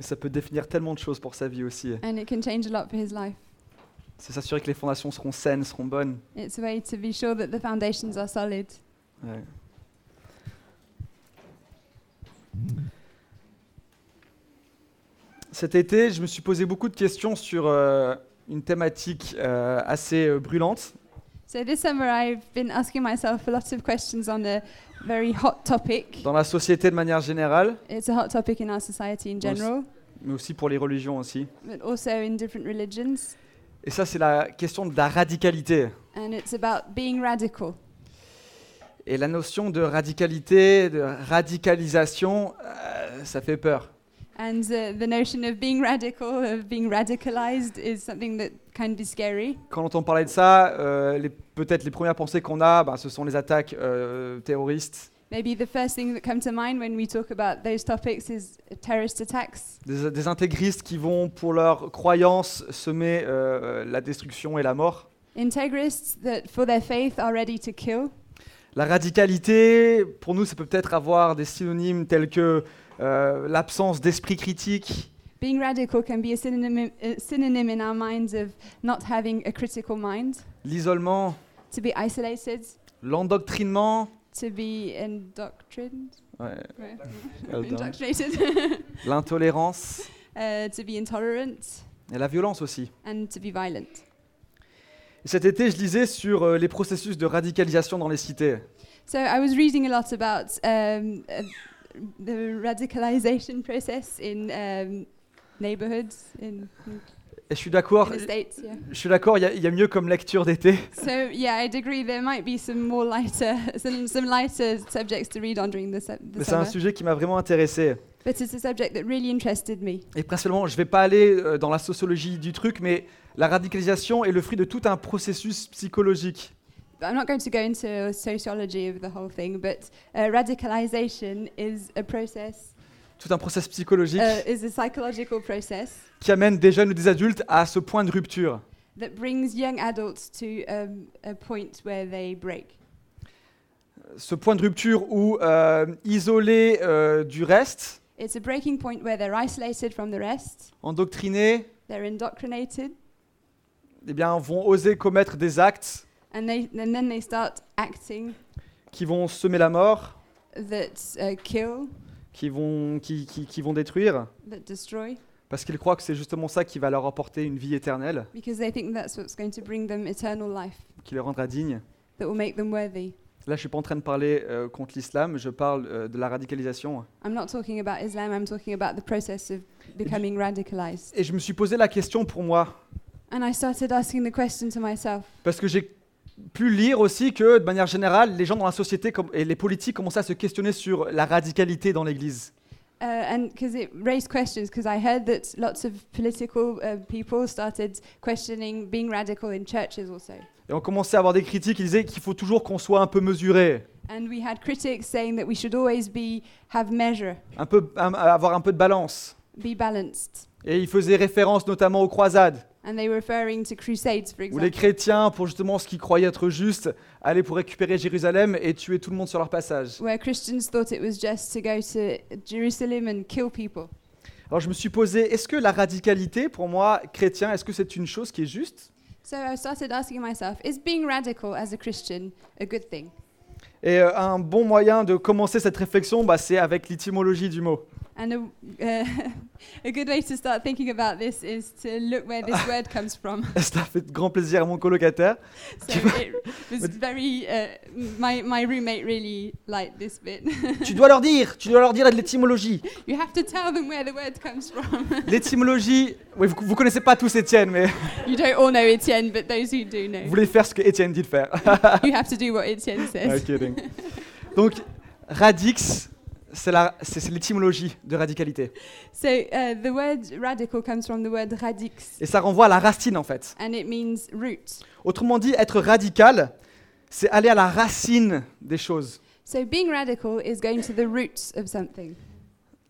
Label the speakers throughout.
Speaker 1: Ça peut définir tellement de choses pour sa vie aussi.
Speaker 2: and it can change a lot for his life.
Speaker 1: C'est s'assurer que les fondations seront saines, seront bonnes.
Speaker 2: It's a way to be sure that the foundations are solid.
Speaker 1: Ouais. Cet été, je me suis posé beaucoup de questions sur euh, une thématique euh, assez euh, brûlante.
Speaker 2: So this summer, I've been asking myself a lot of questions on a very hot topic.
Speaker 1: Dans la société de manière générale,
Speaker 2: It's a hot topic in our society in
Speaker 1: Well, s-
Speaker 2: general,
Speaker 1: mais aussi pour les religions aussi.
Speaker 2: but also in different religions.
Speaker 1: Et ça, c'est la question de la radicalité.
Speaker 2: And it's about being radical.
Speaker 1: Et la notion de radicalité, de radicalisation, euh, ça fait peur.
Speaker 2: And uh, the notion of being radical, of being radicalized, is something that can be scary.
Speaker 1: Quand on entend parler de ça, euh, les- peut-être les premières pensées qu'on a, bah, ce sont les attaques euh, terroristes,
Speaker 2: Maybe the first thing that come to mind when we talk about those topics is terrorist attacks.
Speaker 1: des, des intégristes qui vont, pour leurs croyances, semer euh, la destruction et la mort.
Speaker 2: Integrists that, for their faith, are ready to kill.
Speaker 1: La radicalité, pour nous, ça peut peut-être avoir des synonymes tels que euh, l'absence d'esprit critique,
Speaker 2: Being radical can be a synonym, a synonym in our minds of not having a critical mind,
Speaker 1: l'isolement,
Speaker 2: to be isolated,
Speaker 1: l'endoctrinement.
Speaker 2: to be indoctrined,
Speaker 1: Ouais,
Speaker 2: right?
Speaker 1: Aldin.
Speaker 2: indoctrinated,
Speaker 1: l'intolérance
Speaker 2: uh, to be intolerant,
Speaker 1: et la violence aussi.
Speaker 2: and to be violent.
Speaker 1: Et Cet été, je lisais sur euh, les processus de radicalisation dans les cités.
Speaker 2: So I was reading a lot about um, uh, the radicalization process in um, neighborhoods in, in
Speaker 1: Et je suis d'accord,
Speaker 2: the states. Yeah.
Speaker 1: je suis d'accord, il y a- il y, a mieux comme lecture d'été.
Speaker 2: So yeah, I'd agree there might be some more lighter, some, some lighter subjects to read on during the, su- the
Speaker 1: Mais c'est un
Speaker 2: summer.
Speaker 1: sujet qui m'a vraiment intéressé.
Speaker 2: But it's a subject that really interested me.
Speaker 1: Et principalement, je ne vais pas aller euh, dans la sociologie du truc, mais la radicalisation est le fruit de tout un processus psychologique.
Speaker 2: I'm not going to go into sociology of the whole thing, but uh, radicalization is a process,
Speaker 1: Tout un processus psychologique
Speaker 2: uh, is a psychological process
Speaker 1: qui amène des jeunes ou des adultes à ce point de rupture.
Speaker 2: that brings young adults to um, a point where they break.
Speaker 1: Ce point de rupture où, euh, isolés euh, du reste,
Speaker 2: It's a breaking point where they're isolated from the rest,
Speaker 1: endoctrinés,
Speaker 2: they're indoctrinated,
Speaker 1: eh bien, vont oser commettre des actes
Speaker 2: and, they, and then they start acting
Speaker 1: qui vont semer la mort,
Speaker 2: that uh, kill,
Speaker 1: qui vont, qui- qui- qui vont détruire.
Speaker 2: that destroy,
Speaker 1: Parce qu'ils croient que c'est justement ça qui va leur apporter une vie éternelle,
Speaker 2: because they think that's what's going to bring them eternal life,
Speaker 1: qui les rendra dignes.
Speaker 2: that will make them worthy.
Speaker 1: Là, je ne suis pas en train de parler euh, contre l'islam, je parle euh, de la radicalisation.
Speaker 2: I'm not talking about Islam, I'm talking about the process of becoming radicalized.
Speaker 1: Et je me suis posé la question pour moi,
Speaker 2: And I started asking the question to myself
Speaker 1: parce que j'ai pu lire aussi que, de manière générale, les gens dans la société com- et les politiques commençaient à se questionner sur la radicalité dans l'Église.
Speaker 2: uh, and because it raised questions because I heard that lots of political uh, people started questioning being radical in churches also.
Speaker 1: Et on commençait à avoir des critiques, ils disaient qu'il faut toujours qu'on soit un peu mesuré,
Speaker 2: And we had critics saying that we should always be have measure,
Speaker 1: un peu, un- avoir un peu de balance.
Speaker 2: be balanced.
Speaker 1: Et ils faisaient référence notamment aux croisades,
Speaker 2: And they were referring to crusades, for
Speaker 1: où les
Speaker 2: example,
Speaker 1: chrétiens, pour justement ce qu'ils croyaient être juste, allaient pour récupérer Jérusalem et tuer tout le monde sur leur passage.
Speaker 2: where Christians thought it was just to go to Jerusalem and kill people.
Speaker 1: Alors je me suis posé, est-ce que la radicalité, pour moi, chrétien, est-ce que c'est une chose qui est juste
Speaker 2: So I started asking myself, is being radical as a Christian a good thing?
Speaker 1: Et euh, un bon moyen de commencer cette réflexion, bah, c'est avec l'étymologie du mot.
Speaker 2: And a, uh, a good way to start thinking about this is to look where this word comes from.
Speaker 1: Cela fait grand plaisir à mon colocataire.
Speaker 2: So it was very, uh, my, my roommate really liked this bit.
Speaker 1: tu dois leur dire, tu dois leur dire de l'étymologie.
Speaker 2: you have to tell them where the word comes from.
Speaker 1: L'étymologie, oui, vous, vous connaissez pas tous Étienne, mais
Speaker 2: you don't all know Etienne, but those who do know,
Speaker 1: vous voulez faire ce que Étienne dit de faire.
Speaker 2: you have to do what Etienne
Speaker 1: Ah,
Speaker 2: says.
Speaker 1: kidding. Donc, radix, c'est la- c'est c'est l'étymologie de radicalité.
Speaker 2: So uh, the word radical comes from the word radix,
Speaker 1: Et ça renvoie à la racine, en fait.
Speaker 2: and it means root.
Speaker 1: Autrement dit, être radical, c'est aller à la racine des choses.
Speaker 2: So being radical is going to the roots of something.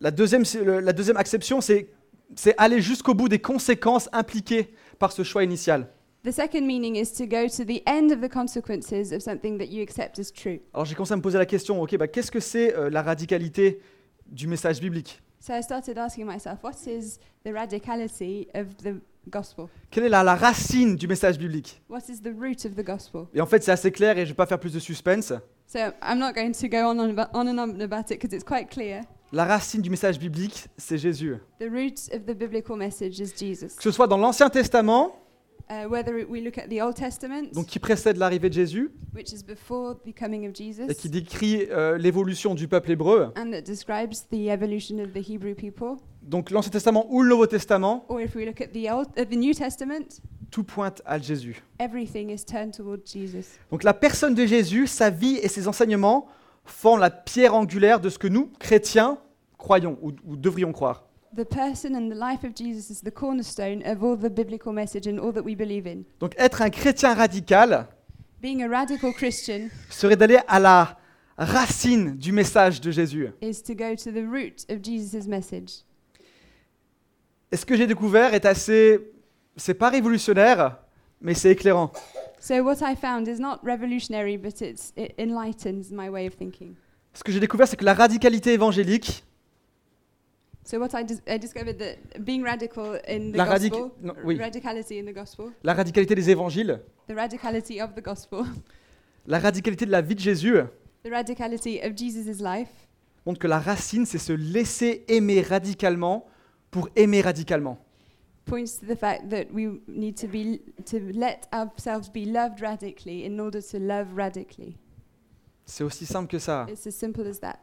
Speaker 1: La deuxième, c'est- le- la deuxième acception, c'est c'est aller jusqu'au bout des conséquences impliquées par ce choix initial.
Speaker 2: The second meaning is to go to the end of the consequences of something that you accept as true.
Speaker 1: Alors j'ai commencé à me poser la question, ok, bah, qu'est-ce que c'est euh, la radicalité du message biblique
Speaker 2: So I started asking myself, what is the radicality of the gospel?
Speaker 1: Quelle est la, la racine du message biblique
Speaker 2: What is the root of the gospel?
Speaker 1: Et en fait, c'est assez clair et je vais pas faire plus de suspense.
Speaker 2: So I'm not going to go on, and abo- on and on about it because it's quite clear.
Speaker 1: La racine du message biblique, c'est Jésus.
Speaker 2: The root of the biblical message is Jesus.
Speaker 1: Que ce soit dans l'Ancien Testament,
Speaker 2: Uh, whether it- we look at the Old Testament,
Speaker 1: donc qui précède l'arrivée de Jésus
Speaker 2: which is before the coming of
Speaker 1: et
Speaker 2: Jesus,
Speaker 1: qui décrit euh, l'évolution du peuple hébreu,
Speaker 2: and that describes the evolution of the Hebrew people,
Speaker 1: donc l'Ancien Testament ou le Nouveau Testament,
Speaker 2: or if we look at the Old, uh, the New Testament,
Speaker 1: tout pointe à Jésus.
Speaker 2: everything is turned toward Jesus.
Speaker 1: Donc la personne de Jésus, sa vie et ses enseignements font la pierre angulaire de ce que nous, chrétiens, croyons ou, ou devrions croire.
Speaker 2: The person and the life of Jesus is the cornerstone of all the biblical message and all that we believe in.
Speaker 1: Donc être un chrétien radical
Speaker 2: Being a radical Christian
Speaker 1: serait d'aller à la racine du message de Jésus.
Speaker 2: is to go to the root of Jesus' message.
Speaker 1: Et ce que j'ai découvert est assez... C'est pas révolutionnaire, mais c'est éclairant.
Speaker 2: So what I found is not revolutionary, but it's, it enlightens my way of thinking.
Speaker 1: Ce que j'ai découvert, c'est que la radicalité évangélique,
Speaker 2: So what I, dis- I discovered that being radical in the
Speaker 1: La radic-
Speaker 2: gospel,
Speaker 1: no, oui.
Speaker 2: radicality in the gospel,
Speaker 1: la radicalité des évangiles,
Speaker 2: the radicality of the gospel,
Speaker 1: la radicalité de la vie de Jésus,
Speaker 2: the radicality of Jesus' life,
Speaker 1: montre que la racine, c'est se laisser aimer radicalement pour aimer radicalement.
Speaker 2: points to the fact that we need to be to let ourselves be loved radically in order to love radically.
Speaker 1: C'est aussi simple que ça.
Speaker 2: It's as simple as that.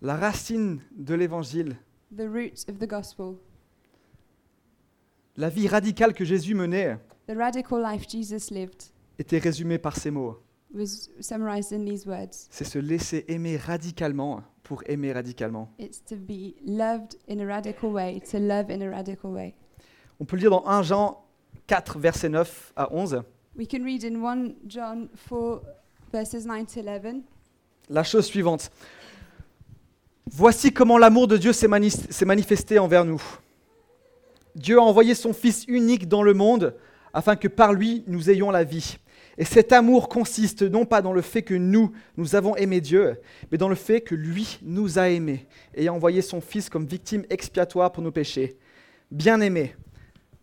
Speaker 1: La racine de l'évangile,
Speaker 2: The root of the gospel,
Speaker 1: la vie radicale que Jésus menait,
Speaker 2: the radical life Jesus lived,
Speaker 1: était résumée par ces mots.
Speaker 2: was summarized in these words.
Speaker 1: C'est se laisser aimer radicalement pour aimer radicalement.
Speaker 2: It's to be loved in a radical way, to love in a radical way.
Speaker 1: On peut le lire dans 1 Jean 4, versets 9 à 11.
Speaker 2: We can read in 1 John 4, verses 9 to 11.
Speaker 1: la chose suivante. Voici comment l'amour de Dieu s'est mani- s'est manifesté envers nous. Dieu a envoyé son Fils unique dans le monde afin que par lui nous ayons la vie. Et cet amour consiste non pas dans le fait que nous, nous avons aimé Dieu, mais dans le fait que lui nous a aimés et a envoyé son Fils comme victime expiatoire pour nos péchés. Bien-aimés,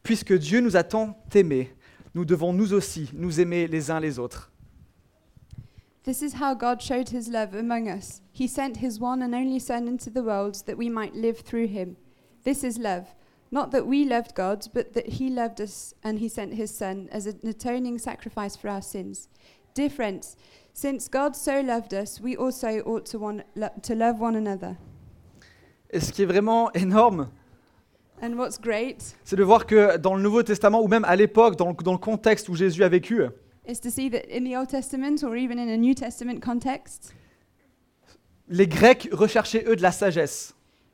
Speaker 1: puisque Dieu nous a tant aimés, nous devons nous aussi nous aimer les uns les autres.
Speaker 2: This is how God showed his love among us. He sent his one and only Son into the world that we might live through him. This is love. Not that we loved God, but that he loved us and he sent his Son as an atoning sacrifice for our sins. Dear friends, since God so loved us, we also ought to, one, lo- to love one another.
Speaker 1: Et ce qui est vraiment énorme,
Speaker 2: And what's great
Speaker 1: c'est de voir que dans le Nouveau Testament, ou même à l'époque, dans le, dans le contexte où Jésus a vécu,
Speaker 2: is to see that in the Old Testament or even in a New Testament context,
Speaker 1: les Grecs recherchaient, eux, de la sagesse.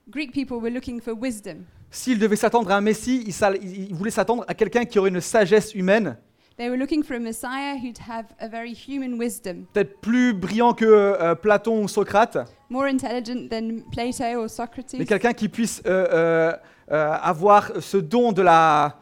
Speaker 2: Greek people were looking for wisdom.
Speaker 1: S'ils devaient s'attendre à un Messie, ils, s'a- ils- ils voulaient s'attendre à quelqu'un qui aurait une sagesse humaine,
Speaker 2: They were looking for a Messiah who'd have a very human wisdom,
Speaker 1: peut-être plus brillant que euh, Platon ou Socrate,
Speaker 2: more intelligent than Plato or
Speaker 1: mais
Speaker 2: Socrates,
Speaker 1: quelqu'un qui puisse euh, euh, euh, avoir ce don de la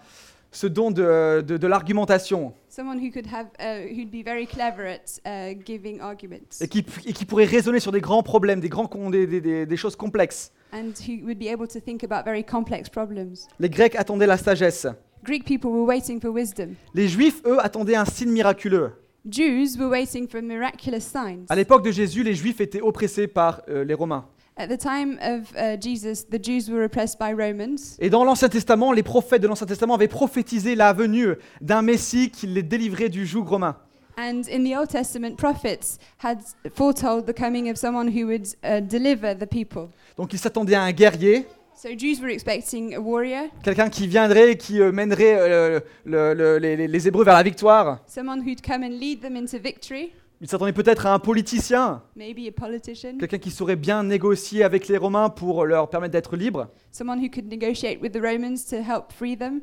Speaker 1: ce don de, de- de l'argumentation
Speaker 2: someone who could have, uh, who'd be very clever at uh, giving arguments,
Speaker 1: et qui, pu- et qui pourrait raisonner sur des grands problèmes, des, grands, con- des- des- des- des choses complexes.
Speaker 2: and who would be able to think about very complex problems.
Speaker 1: Les Grecs attendaient la sagesse.
Speaker 2: Greek people were waiting for wisdom.
Speaker 1: Les Juifs, eux, attendaient un signe miraculeux.
Speaker 2: Jews were waiting for miraculous signs.
Speaker 1: À l'époque de Jésus, les Juifs étaient oppressés par euh, les Romains.
Speaker 2: At the time of uh, Jesus, the Jews were oppressed by Romans.
Speaker 1: Et dans l'Ancien Testament, les prophètes de l'Ancien Testament avaient prophétisé la venue d'un Messie qui les délivrait du joug romain.
Speaker 2: And in the Old Testament, prophets had foretold the coming of someone who would uh, deliver the people.
Speaker 1: Donc ils s'attendaient à un guerrier,
Speaker 2: So Jews were expecting a warrior,
Speaker 1: quelqu'un qui viendrait, et qui euh, mènerait euh, le- le- les, les- les Hébreux vers la victoire.
Speaker 2: someone who'd come and lead them into victory,
Speaker 1: Ils s'attendaient peut-être à un politicien,
Speaker 2: maybe a politician,
Speaker 1: quelqu'un qui saurait bien négocier avec les Romains pour leur permettre d'être libres.
Speaker 2: someone who could negotiate with the Romans to help free them.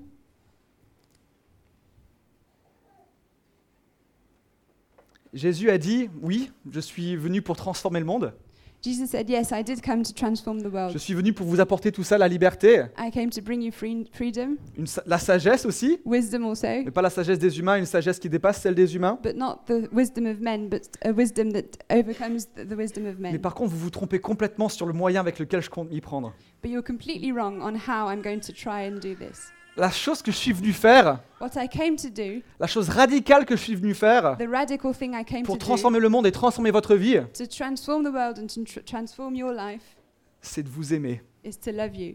Speaker 1: Jésus a dit, oui, je suis venu pour transformer le monde,
Speaker 2: Jesus said, Yes, I did come to transform the
Speaker 1: Je
Speaker 2: world.
Speaker 1: suis venu pour vous apporter tout ça, la liberté,
Speaker 2: I came to bring you free- freedom,
Speaker 1: une sa- la sagesse aussi,
Speaker 2: wisdom also,
Speaker 1: mais pas la sagesse des humains, une sagesse qui dépasse celle des humains.
Speaker 2: but not the wisdom of men, but a wisdom that overcomes the, the wisdom of
Speaker 1: Mais
Speaker 2: men.
Speaker 1: par contre, vous vous trompez complètement sur le moyen avec lequel je compte m'y prendre.
Speaker 2: But you're completely wrong on how I'm going to try and do this.
Speaker 1: La chose que je suis venu faire,
Speaker 2: What I came to do,
Speaker 1: la chose radicale que je suis venu faire
Speaker 2: the radical thing I came
Speaker 1: pour
Speaker 2: to do,
Speaker 1: transformer le monde et transformer votre vie,
Speaker 2: to transform the world and to tr- transform your life,
Speaker 1: c'est de vous aimer,
Speaker 2: is to love you,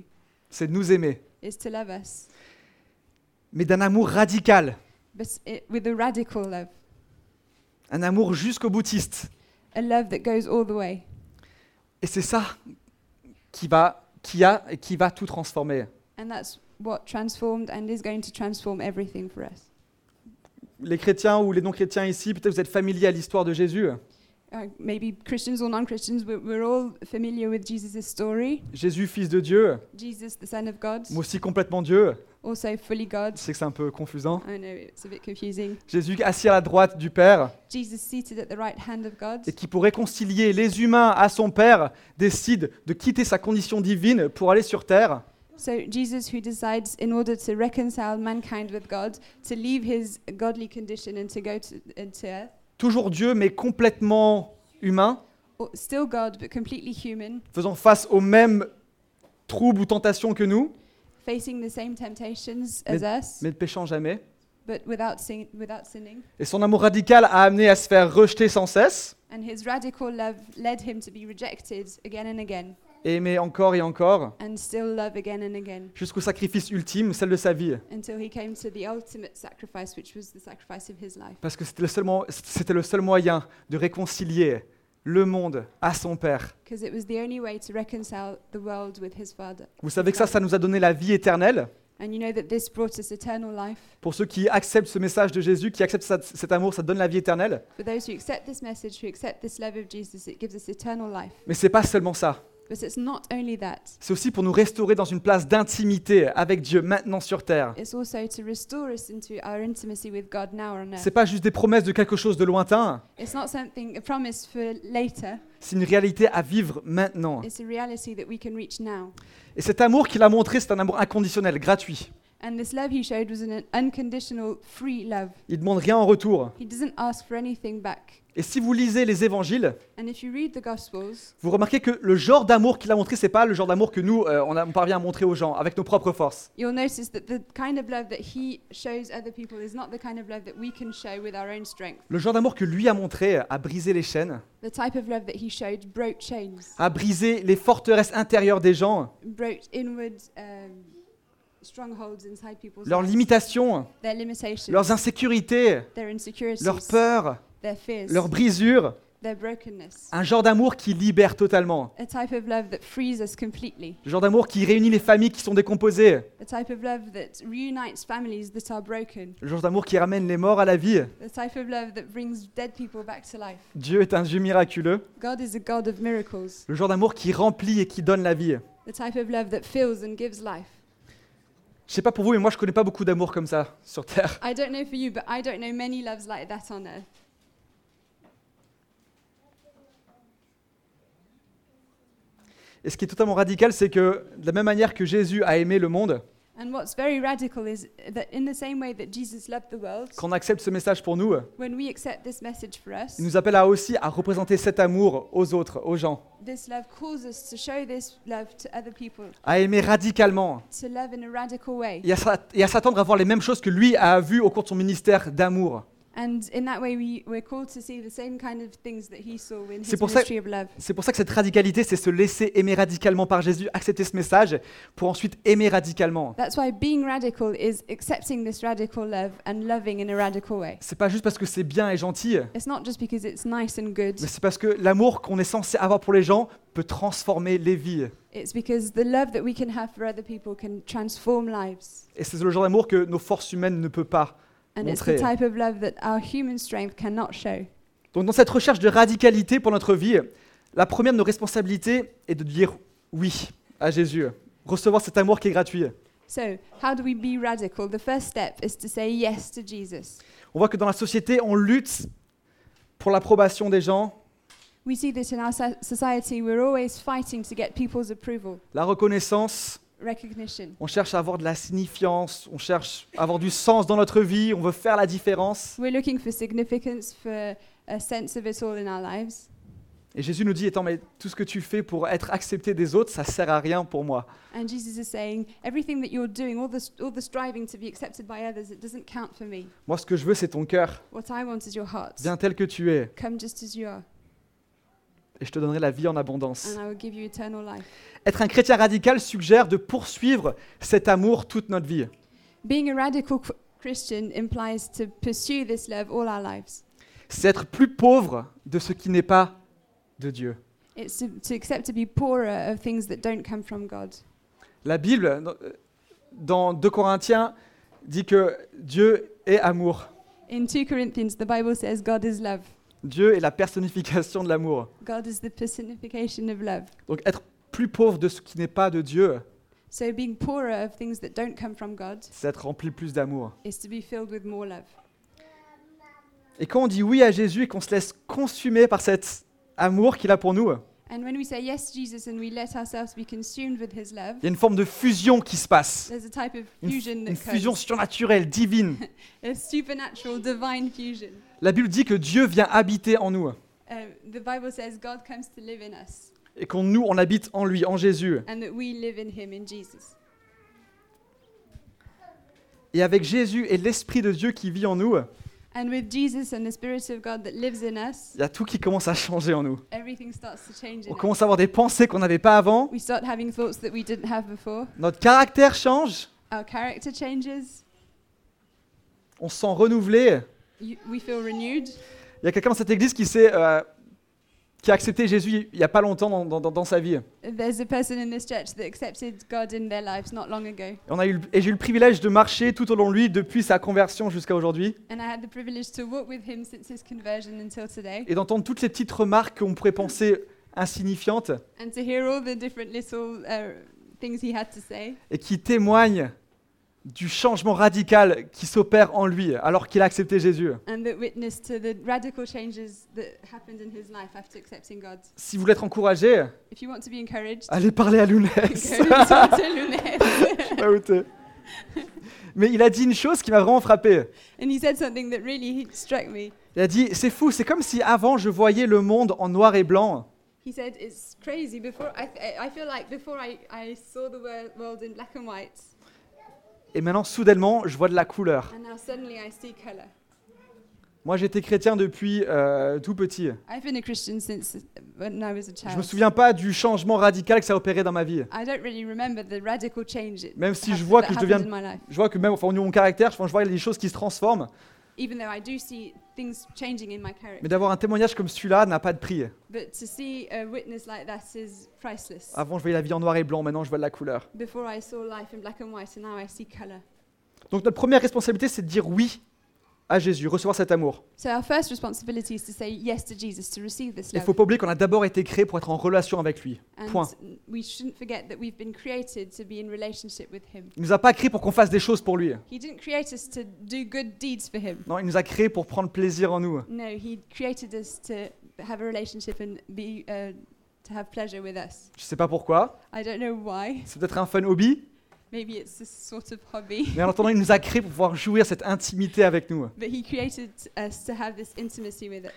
Speaker 1: c'est de nous aimer,
Speaker 2: is to love us,
Speaker 1: mais d'un amour radical,
Speaker 2: but it, with a radical love,
Speaker 1: un amour jusqu'au boutiste.
Speaker 2: a love that goes all the way.
Speaker 1: Et c'est ça qui va, qui a et qui va tout transformer.
Speaker 2: And that's what transformed and is going to transform everything for us.
Speaker 1: Les chrétiens ou les non-chrétiens ici, peut-être vous êtes familiers à l'histoire de Jésus.
Speaker 2: Uh, maybe Christians or non Christians, we're, we're all familiar with Jesus' story.
Speaker 1: Jésus, fils de Dieu,
Speaker 2: Jesus, the Son of God,
Speaker 1: mais aussi complètement Dieu.
Speaker 2: also fully God.
Speaker 1: Je sais que c'est un peu confusant.
Speaker 2: I know it's a bit confusing.
Speaker 1: Jésus assis à la droite du Père
Speaker 2: Jesus, seated at the right hand of God,
Speaker 1: et qui, pour réconcilier les humains à son Père, décide de quitter sa condition divine pour aller sur terre.
Speaker 2: So Jesus, who decides in order to reconcile mankind with God, to leave his godly condition and to go to, into earth,
Speaker 1: Toujours Dieu, mais complètement humain,
Speaker 2: or still God but completely human,
Speaker 1: faisant face aux mêmes troubles ou tentations que nous,
Speaker 2: facing the same temptations as us,
Speaker 1: mais ne péchant jamais.
Speaker 2: but without sin, without sinning.
Speaker 1: Et son amour radical a amené à se faire rejeter sans cesse,
Speaker 2: And his radical love led him to be rejected again and again,
Speaker 1: et aimer encore et encore,
Speaker 2: and still love again and again,
Speaker 1: jusqu'au sacrifice ultime, celle de sa vie.
Speaker 2: until he came to the ultimate sacrifice, which was the sacrifice of his life,
Speaker 1: Parce que c'était le seul mo- c'était le seul moyen de réconcilier le monde à son Père.
Speaker 2: because it was the only way to reconcile the world with his Father.
Speaker 1: Vous savez que ça, ça nous a donné la vie éternelle.
Speaker 2: And you know that this brought us eternal life.
Speaker 1: Pour ceux qui acceptent ce message de Jésus, qui acceptent ça- cet amour, ça donne la vie éternelle.
Speaker 2: For those who accept this message, who accept this love of Jesus, it gives us eternal life.
Speaker 1: Mais c'est pas seulement ça.
Speaker 2: But it's not only that,
Speaker 1: C'est aussi pour nous restaurer dans une place d'intimité avec Dieu maintenant sur terre.
Speaker 2: it's also to restore us into our intimacy with God now on earth.
Speaker 1: C'est pas juste des promesses de quelque chose de lointain,
Speaker 2: It's not something, a promise for later,
Speaker 1: c'est une réalité à vivre maintenant.
Speaker 2: it's a reality that we can reach now.
Speaker 1: Et cet amour qu'il a montré, c'est un amour inconditionnel, gratuit.
Speaker 2: And this love he showed was an unconditional, free love.
Speaker 1: Il demande rien en retour.
Speaker 2: He doesn't ask for anything back.
Speaker 1: Et si vous lisez les évangiles,
Speaker 2: And if you read the Gospels,
Speaker 1: vous remarquez que le genre d'amour qu'il a montré, c'est pas le genre d'amour que nous, euh, on, a- on parvient à montrer aux gens avec nos propres forces.
Speaker 2: you'll notice that the kind of love that he shows other people is not the kind of love that we can show with our own strength.
Speaker 1: Le genre d'amour que lui a montré a brisé les chaînes,
Speaker 2: The type of love that he showed broke chains.
Speaker 1: a brisé les forteresses intérieures des gens,
Speaker 2: wrote inward um, strongholds inside people's
Speaker 1: leurs
Speaker 2: lives,
Speaker 1: limitations,
Speaker 2: their limitations,
Speaker 1: leurs insécurités,
Speaker 2: their insecurities,
Speaker 1: leurs peurs,
Speaker 2: their fears,
Speaker 1: leurs brisures.
Speaker 2: their brokenness.
Speaker 1: Un genre d'amour qui libère totalement.
Speaker 2: A type of love that frees us completely.
Speaker 1: Le genre d'amour qui réunit les familles qui sont décomposées.
Speaker 2: A type of love that reunites families that are broken.
Speaker 1: Le genre d'amour qui ramène les morts à la vie.
Speaker 2: The type of love that brings dead people back to life.
Speaker 1: Dieu est un Dieu miraculeux.
Speaker 2: God is a God of miracles.
Speaker 1: Le genre d'amour qui remplit et qui donne la vie.
Speaker 2: The type of love that fills and gives life.
Speaker 1: Je sais pas pour vous, mais moi je connais pas beaucoup d'amour comme ça sur Terre.
Speaker 2: I don't know for you, but I don't know many loves like that on earth.
Speaker 1: Et ce qui est totalement radical, c'est que de la même manière que Jésus a aimé le monde,
Speaker 2: And what's very radical is that in the same way that Jesus loved the world,
Speaker 1: quand on accepte ce message pour nous,
Speaker 2: when we accept this message for us,
Speaker 1: il nous appelle à aussi à représenter cet amour aux autres, aux gens,
Speaker 2: This love calls us to show this love to other people,
Speaker 1: à aimer radicalement
Speaker 2: to love in a radical way.
Speaker 1: et à s'a- et à s'attendre à voir les mêmes choses que lui a vues au cours de son ministère d'amour.
Speaker 2: And in that way, we, we're called to see the same kind of things that he saw in
Speaker 1: C'est
Speaker 2: his
Speaker 1: pour ça-
Speaker 2: ministry of love.
Speaker 1: C'est pour ça que cette radicalité, c'est se laisser aimer radicalement par Jésus, accepter ce message, pour ensuite aimer radicalement.
Speaker 2: That's why being radical is accepting this radical love and loving in a radical way.
Speaker 1: C'est pas juste parce que c'est bien et gentil,
Speaker 2: It's not just because it's nice and good,
Speaker 1: mais c'est parce que l'amour qu'on est censé avoir pour les gens peut transformer les vies.
Speaker 2: it's because the love that we can have for other people can transform lives.
Speaker 1: Et c'est le genre d'amour que nos forces humaines ne peuvent pas.
Speaker 2: And it's the
Speaker 1: Montrer.
Speaker 2: type of love that our human strength cannot show.
Speaker 1: Donc dans cette recherche de radicalité pour notre vie, la première de nos responsabilités est de dire oui à Jésus, recevoir cet amour qui est gratuit.
Speaker 2: So, how do we be radical? The first step is to say yes to Jesus.
Speaker 1: On voit que dans la société, on lutte pour l'approbation des gens,
Speaker 2: We see this in our so- society. We're always fighting to get people's approval,
Speaker 1: La reconnaissance,
Speaker 2: recognition.
Speaker 1: on cherche à avoir de la signifiance, on cherche à avoir du sens dans notre vie, on veut faire la différence.
Speaker 2: We're looking for significance, for a sense of it all in our lives.
Speaker 1: Et Jésus nous dit, attends, mais tout ce que tu fais pour être accepté des autres, ça sert à rien pour moi.
Speaker 2: And Jesus is saying, everything that you're doing, all the, all the striving to be accepted by others, it doesn't count for me.
Speaker 1: Moi, ce que je veux, c'est ton cœur.
Speaker 2: What I want is your heart.
Speaker 1: Viens tel que tu es,
Speaker 2: Come just as you are,
Speaker 1: et je te donnerai la vie en abondance.
Speaker 2: and I will give you eternal life.
Speaker 1: Être un chrétien radical suggère de poursuivre cet amour toute notre vie.
Speaker 2: Being a radical qu- Christian implies to pursue this love all our lives.
Speaker 1: C'est être plus pauvre de ce qui n'est pas de Dieu.
Speaker 2: It's to, to accept to be poorer of things that don't come from God.
Speaker 1: La Bible, dans- dans 2 Corinthiens, dit que Dieu est amour.
Speaker 2: In 2 Corinthians, the Bible says God is love.
Speaker 1: Dieu est la personnification de l'amour.
Speaker 2: God is the personification of love.
Speaker 1: Donc être plus pauvre de ce qui n'est pas de Dieu,
Speaker 2: So being poorer of things that don't come from God
Speaker 1: c'est être rempli plus d'amour.
Speaker 2: is to be filled with more love.
Speaker 1: Et quand on dit oui à Jésus et qu'on se laisse consumer par cet amour qu'il a pour nous,
Speaker 2: And when we say yes, Jesus, and we let ourselves be consumed with His love,
Speaker 1: il y a une forme de fusion qui se passe.
Speaker 2: there's a type of
Speaker 1: Une,
Speaker 2: fusion
Speaker 1: une
Speaker 2: that
Speaker 1: fusion
Speaker 2: comes.
Speaker 1: surnaturelle, divine.
Speaker 2: A supernatural, divine fusion.
Speaker 1: La Bible dit que Dieu vient habiter en nous
Speaker 2: Uh, the Bible says God comes to live in us,
Speaker 1: et qu'on nous, on habite en lui, en Jésus.
Speaker 2: and that we live in Him in Jesus.
Speaker 1: Et avec Jésus et l'Esprit de Dieu qui vit en nous,
Speaker 2: And with Jesus and the Spirit of God that lives in us,
Speaker 1: il y a tout qui commence à changer en nous.
Speaker 2: everything starts to change in
Speaker 1: On
Speaker 2: us.
Speaker 1: commence à avoir des pensées qu'on n'avait pas avant.
Speaker 2: We start having thoughts that we didn't have before.
Speaker 1: Notre caractère change.
Speaker 2: Our character changes.
Speaker 1: On se sent renouvelé.
Speaker 2: You, we feel renewed.
Speaker 1: Il y a quelqu'un dans cette église qui, s'est, euh, qui a accepté Jésus il n'y a pas longtemps dans, dans- dans- dans sa vie. Et,
Speaker 2: There's a person in this church that accepted God in their lives not long ago,
Speaker 1: on a eu, le- et j'ai eu le privilège de marcher tout au long de lui depuis sa conversion jusqu'à aujourd'hui
Speaker 2: and I had the privilege to walk with him since his conversion until today,
Speaker 1: et d'entendre toutes les petites remarques qu'on pourrait penser insignifiantes
Speaker 2: and to hear all the different little uh, things he had to say
Speaker 1: et qui témoignent du changement radical qui s'opère en lui alors qu'il a accepté Jésus.
Speaker 2: and that witnessed to the radical changes that happened in his life after accepting God.
Speaker 1: Si vous voulez être encouragé,
Speaker 2: If you want to be encouraged,
Speaker 1: allez parler à
Speaker 2: go
Speaker 1: Lounès.
Speaker 2: to Dr. Lunez.
Speaker 1: Je sais pas où t'es. Mais il a dit une chose qui m'a vraiment frappé.
Speaker 2: and he said something that really struck me.
Speaker 1: Il a dit, c'est fou, c'est comme si avant je voyais le monde en noir et blanc.
Speaker 2: He said, "It's crazy. Before I, th- I feel like before I, I saw the wor- world in black and white,
Speaker 1: Et maintenant, soudainement, je vois de la couleur.
Speaker 2: and now suddenly I see color."
Speaker 1: Moi, j'étais chrétien depuis euh, tout petit.
Speaker 2: I've been a Christian since when I was a child.
Speaker 1: Je me souviens pas du changement radical que ça a opéré dans ma vie.
Speaker 2: I don't really remember the radical change it
Speaker 1: Même si
Speaker 2: hap-
Speaker 1: je vois
Speaker 2: that
Speaker 1: que je
Speaker 2: happened
Speaker 1: deviens...
Speaker 2: in my life.
Speaker 1: Je vois que même, enfin, au niveau de mon caractère, je pense que je vois les choses qui se transforment.
Speaker 2: Even though I do see things changing in my character,
Speaker 1: Mais d'avoir un témoignage comme celui-là n'a pas de prix.
Speaker 2: but to see a witness like that is priceless.
Speaker 1: Avant, je voyais la vie en noir et blanc, maintenant, je vois de la couleur.
Speaker 2: Before I saw life in black and white, and now I see color.
Speaker 1: Donc, notre première responsabilité, c'est de dire oui à Jésus, recevoir cet amour.
Speaker 2: So our first responsibility is to say yes to Jesus to receive this
Speaker 1: Il ne
Speaker 2: love,
Speaker 1: faut pas oublier qu'on a d'abord été créé pour être en relation avec lui.
Speaker 2: and
Speaker 1: point.
Speaker 2: we shouldn't forget that we've been created to be in relationship with Him.
Speaker 1: Il ne nous a pas créé pour qu'on fasse des choses pour lui.
Speaker 2: He didn't create us to do good deeds for Him.
Speaker 1: Non, il nous a créé pour prendre plaisir en nous.
Speaker 2: No, He created us to have a relationship and be uh, to have pleasure with us.
Speaker 1: Je sais pas pourquoi.
Speaker 2: I don't know why.
Speaker 1: C'est peut-être un fun hobby.
Speaker 2: Maybe it's this sort of hobby.
Speaker 1: Mais en attendant, il nous a créés pour pouvoir jouir cette intimité avec nous.
Speaker 2: But he created us to have this intimacy with us.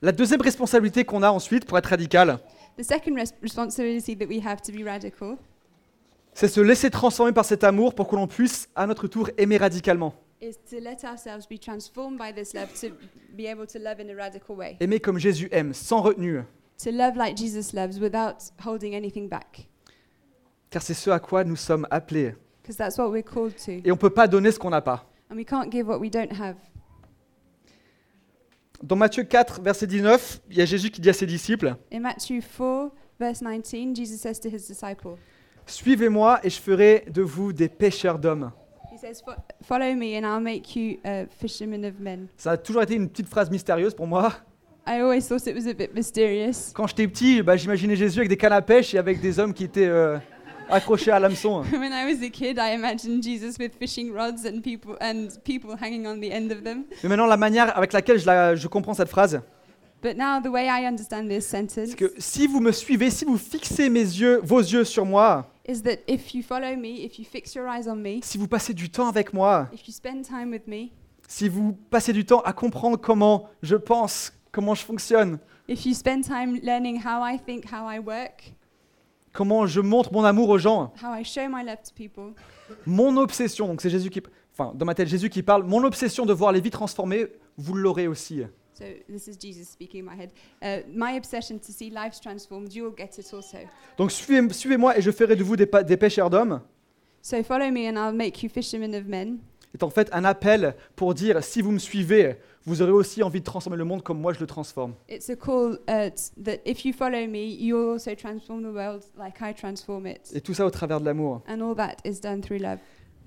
Speaker 1: La deuxième responsabilité qu'on a ensuite, pour être radical,
Speaker 2: The second res- responsibility that we have to be radical
Speaker 1: c'est se laisser transformer par cet amour pour que l'on puisse, à notre tour, aimer radicalement.
Speaker 2: is to let ourselves be transformed by this love, to be able to love in a radical way,
Speaker 1: Aimer comme Jésus aime, sans retenue,
Speaker 2: to love like Jesus loves without holding anything back.
Speaker 1: car c'est ce à quoi nous sommes appelés.
Speaker 2: Because that's what we're called to.
Speaker 1: Et on ne peut pas donner ce qu'on n'a pas.
Speaker 2: And we can't give what we don't have.
Speaker 1: Dans Matthieu 4, verset 19, il y a Jésus qui dit à ses disciples,
Speaker 2: In Matthew 4, verse 19, Jesus says to his disciple,
Speaker 1: Suivez-moi et je ferai de vous des pêcheurs d'hommes.
Speaker 2: He says, "Fo- Follow me, and I'll make you uh, fishermen of men.
Speaker 1: Ça a toujours été une petite phrase mystérieuse pour moi.
Speaker 2: I always thought it was a bit mysterious.
Speaker 1: Quand j'étais petit, bah, j'imaginais Jésus avec des cannes à pêche et avec des hommes qui étaient euh, accrochés à l'hameçon.
Speaker 2: When I was a kid, I imagined Jesus with fishing rods and people and people hanging on the end of them.
Speaker 1: Mais maintenant, la manière avec laquelle je, la- je comprends cette phrase,
Speaker 2: But now the way I understand this sentence
Speaker 1: C'est que si vous me suivez, si vous fixez mes yeux, vos yeux sur moi,
Speaker 2: is that if you follow me, if you fix your eyes on me,
Speaker 1: si vous passez du temps avec moi,
Speaker 2: if you spend time with me,
Speaker 1: si vous passez du temps à comprendre comment je pense, comment je fonctionne,
Speaker 2: if you spend time learning how I think, how I work,
Speaker 1: comment je montre mon amour aux gens,
Speaker 2: how I show my love to people,
Speaker 1: mon obsession, donc c'est Jésus qui, enfin dans ma tête Jésus qui parle, mon obsession de voir les vies transformées, vous l'aurez aussi.
Speaker 2: so this is Jesus speaking in my head, uh, my obsession to see lives transformed, you will get it also.
Speaker 1: Donc suivez- suivez-moi et je ferai de vous des, pa- des pêcheurs d'hommes.
Speaker 2: So follow me and I'll make you fishermen of men.
Speaker 1: est en fait un appel pour dire si vous me suivez, vous aurez aussi envie de transformer le monde comme moi je le transforme.
Speaker 2: It's a call uh, t- that if you follow me, you'll also transform the world like I transform it.
Speaker 1: Et tout ça au travers de l'amour.
Speaker 2: And all that is done through love.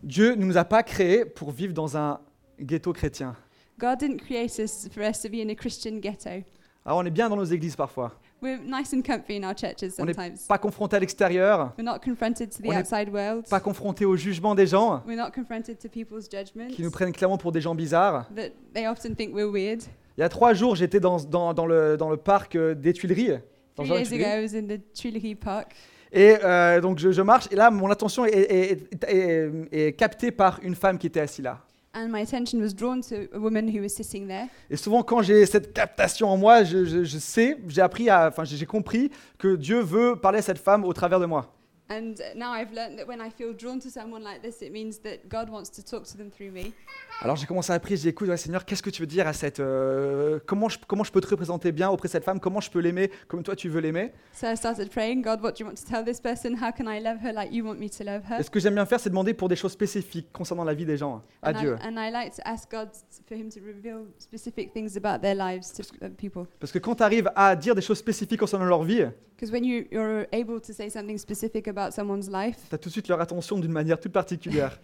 Speaker 1: Dieu ne nous a pas créés pour vivre dans un ghetto chrétien.
Speaker 2: God didn't create us for us to be in a Christian ghetto.
Speaker 1: Alors on est bien dans nos églises parfois.
Speaker 2: We're nice and comfy in our churches
Speaker 1: On est
Speaker 2: sometimes.
Speaker 1: Pas confronté à l'extérieur,
Speaker 2: We're not confronted to the
Speaker 1: on est
Speaker 2: outside world.
Speaker 1: pas confronté au jugement des gens
Speaker 2: We're not confronted to people's judgments.
Speaker 1: qui nous prennent clairement pour des gens bizarres.
Speaker 2: That they often think we're weird.
Speaker 1: Il y a trois jours, j'étais dans, dans- dans le, dans le parc euh, des Tuileries. dans le jardin des
Speaker 2: Three days
Speaker 1: Tuileries.
Speaker 2: ago, I was in the Tuileries Park,
Speaker 1: Et euh, donc je, je marche, et là, mon attention est- est- est- est- est captée par une femme qui était assise là.
Speaker 2: and my attention was drawn to a woman who was sitting there.
Speaker 1: Et souvent, quand j'ai cette captation en moi, je, je- je sais, j'ai appris, à- enfin, j'ai j'ai compris que Dieu veut parler à cette femme au travers de moi.
Speaker 2: And uh, now I've learned that when I feel drawn to someone like this, it means that God wants to talk to them through me.
Speaker 1: Alors j'ai commencé à prier, j'ai dit, écoute, ouais, Seigneur, qu'est-ce que tu veux dire à cette, euh, comment je, comment je peux te représenter bien auprès de cette femme, comment je peux l'aimer comme toi tu veux l'aimer.
Speaker 2: So I started praying, God, what do you want to tell this person? How can I love her like you want me to love
Speaker 1: Et
Speaker 2: her?
Speaker 1: ce que j'aime bien faire, c'est demander pour des choses spécifiques concernant la vie des gens hein, à
Speaker 2: And I,
Speaker 1: Dieu,
Speaker 2: and I like to ask God s- for Him to reveal specific things about their lives to uh, people.
Speaker 1: parce que quand tu arrives à dire des choses spécifiques concernant leur vie,
Speaker 2: Because when you, you're able to say something specific about someone's life,
Speaker 1: tu as tout de suite leur attention d'une manière toute particulière,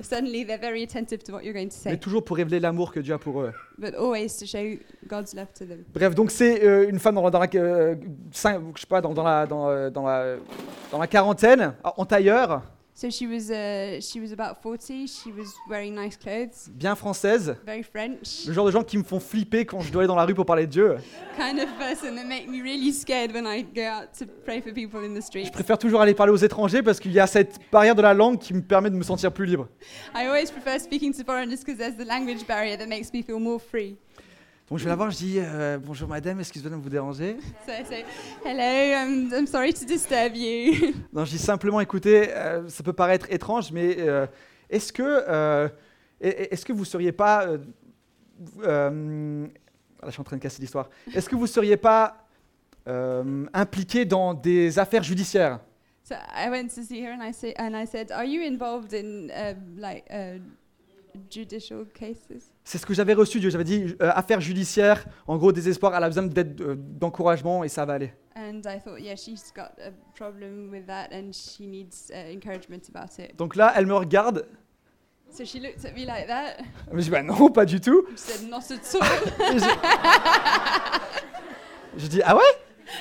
Speaker 2: suddenly they're very attentive to what you're going to
Speaker 1: mais
Speaker 2: say,
Speaker 1: toujours pour révéler l'amour que Dieu a pour eux.
Speaker 2: but always to show God's love to them.
Speaker 1: Bref, donc c'est euh, une femme dans la, dans la- euh, cin- je sais pas, dans, dans la, dans, euh, dans la, dans la quarantaine, en en tailleur,
Speaker 2: So she was, uh, she was about 40, she was wearing nice clothes,
Speaker 1: bien française,
Speaker 2: very French,
Speaker 1: le genre de gens qui me font flipper quand je dois aller dans la rue pour parler de Dieu.
Speaker 2: kind of person that make me really scared when I go out to pray for people in the
Speaker 1: Je
Speaker 2: street.
Speaker 1: préfère toujours aller parler aux étrangers parce qu'il y a cette barrière de la langue qui me permet de me sentir plus libre.
Speaker 2: I always prefer speaking to foreigners because there's the language barrier that makes me feel more free.
Speaker 1: Donc je vais la voir, je dis euh, bonjour madame, excusez-moi de vous déranger.
Speaker 2: So I say, hello, um, I'm sorry to disturb you.
Speaker 1: Non, je dis simplement, écoutez, euh, ça peut paraître étrange, mais euh, est-ce que, euh, e- e- est-ce que vous seriez pas, euh, euh, ah, là, je suis en train de casser l'histoire, est-ce que vous seriez pas euh, impliqué dans des affaires judiciaires
Speaker 2: so I went to see her and I, say, and I said, are you involved in uh, like uh, judicial cases?
Speaker 1: C'est ce que j'avais reçu, Dieu. J'avais dit euh, affaires judiciaires, en gros désespoir, elle a besoin d'aide, euh, d'encouragement et ça va aller.
Speaker 2: And I thought, yeah, she's got a problem with that and she needs uh, encouragement about it.
Speaker 1: Donc là, elle me regarde,
Speaker 2: So she looked at me like that.
Speaker 1: je dis bah non, pas du tout.
Speaker 2: She said, not at all.
Speaker 1: Et je... je dis ah ouais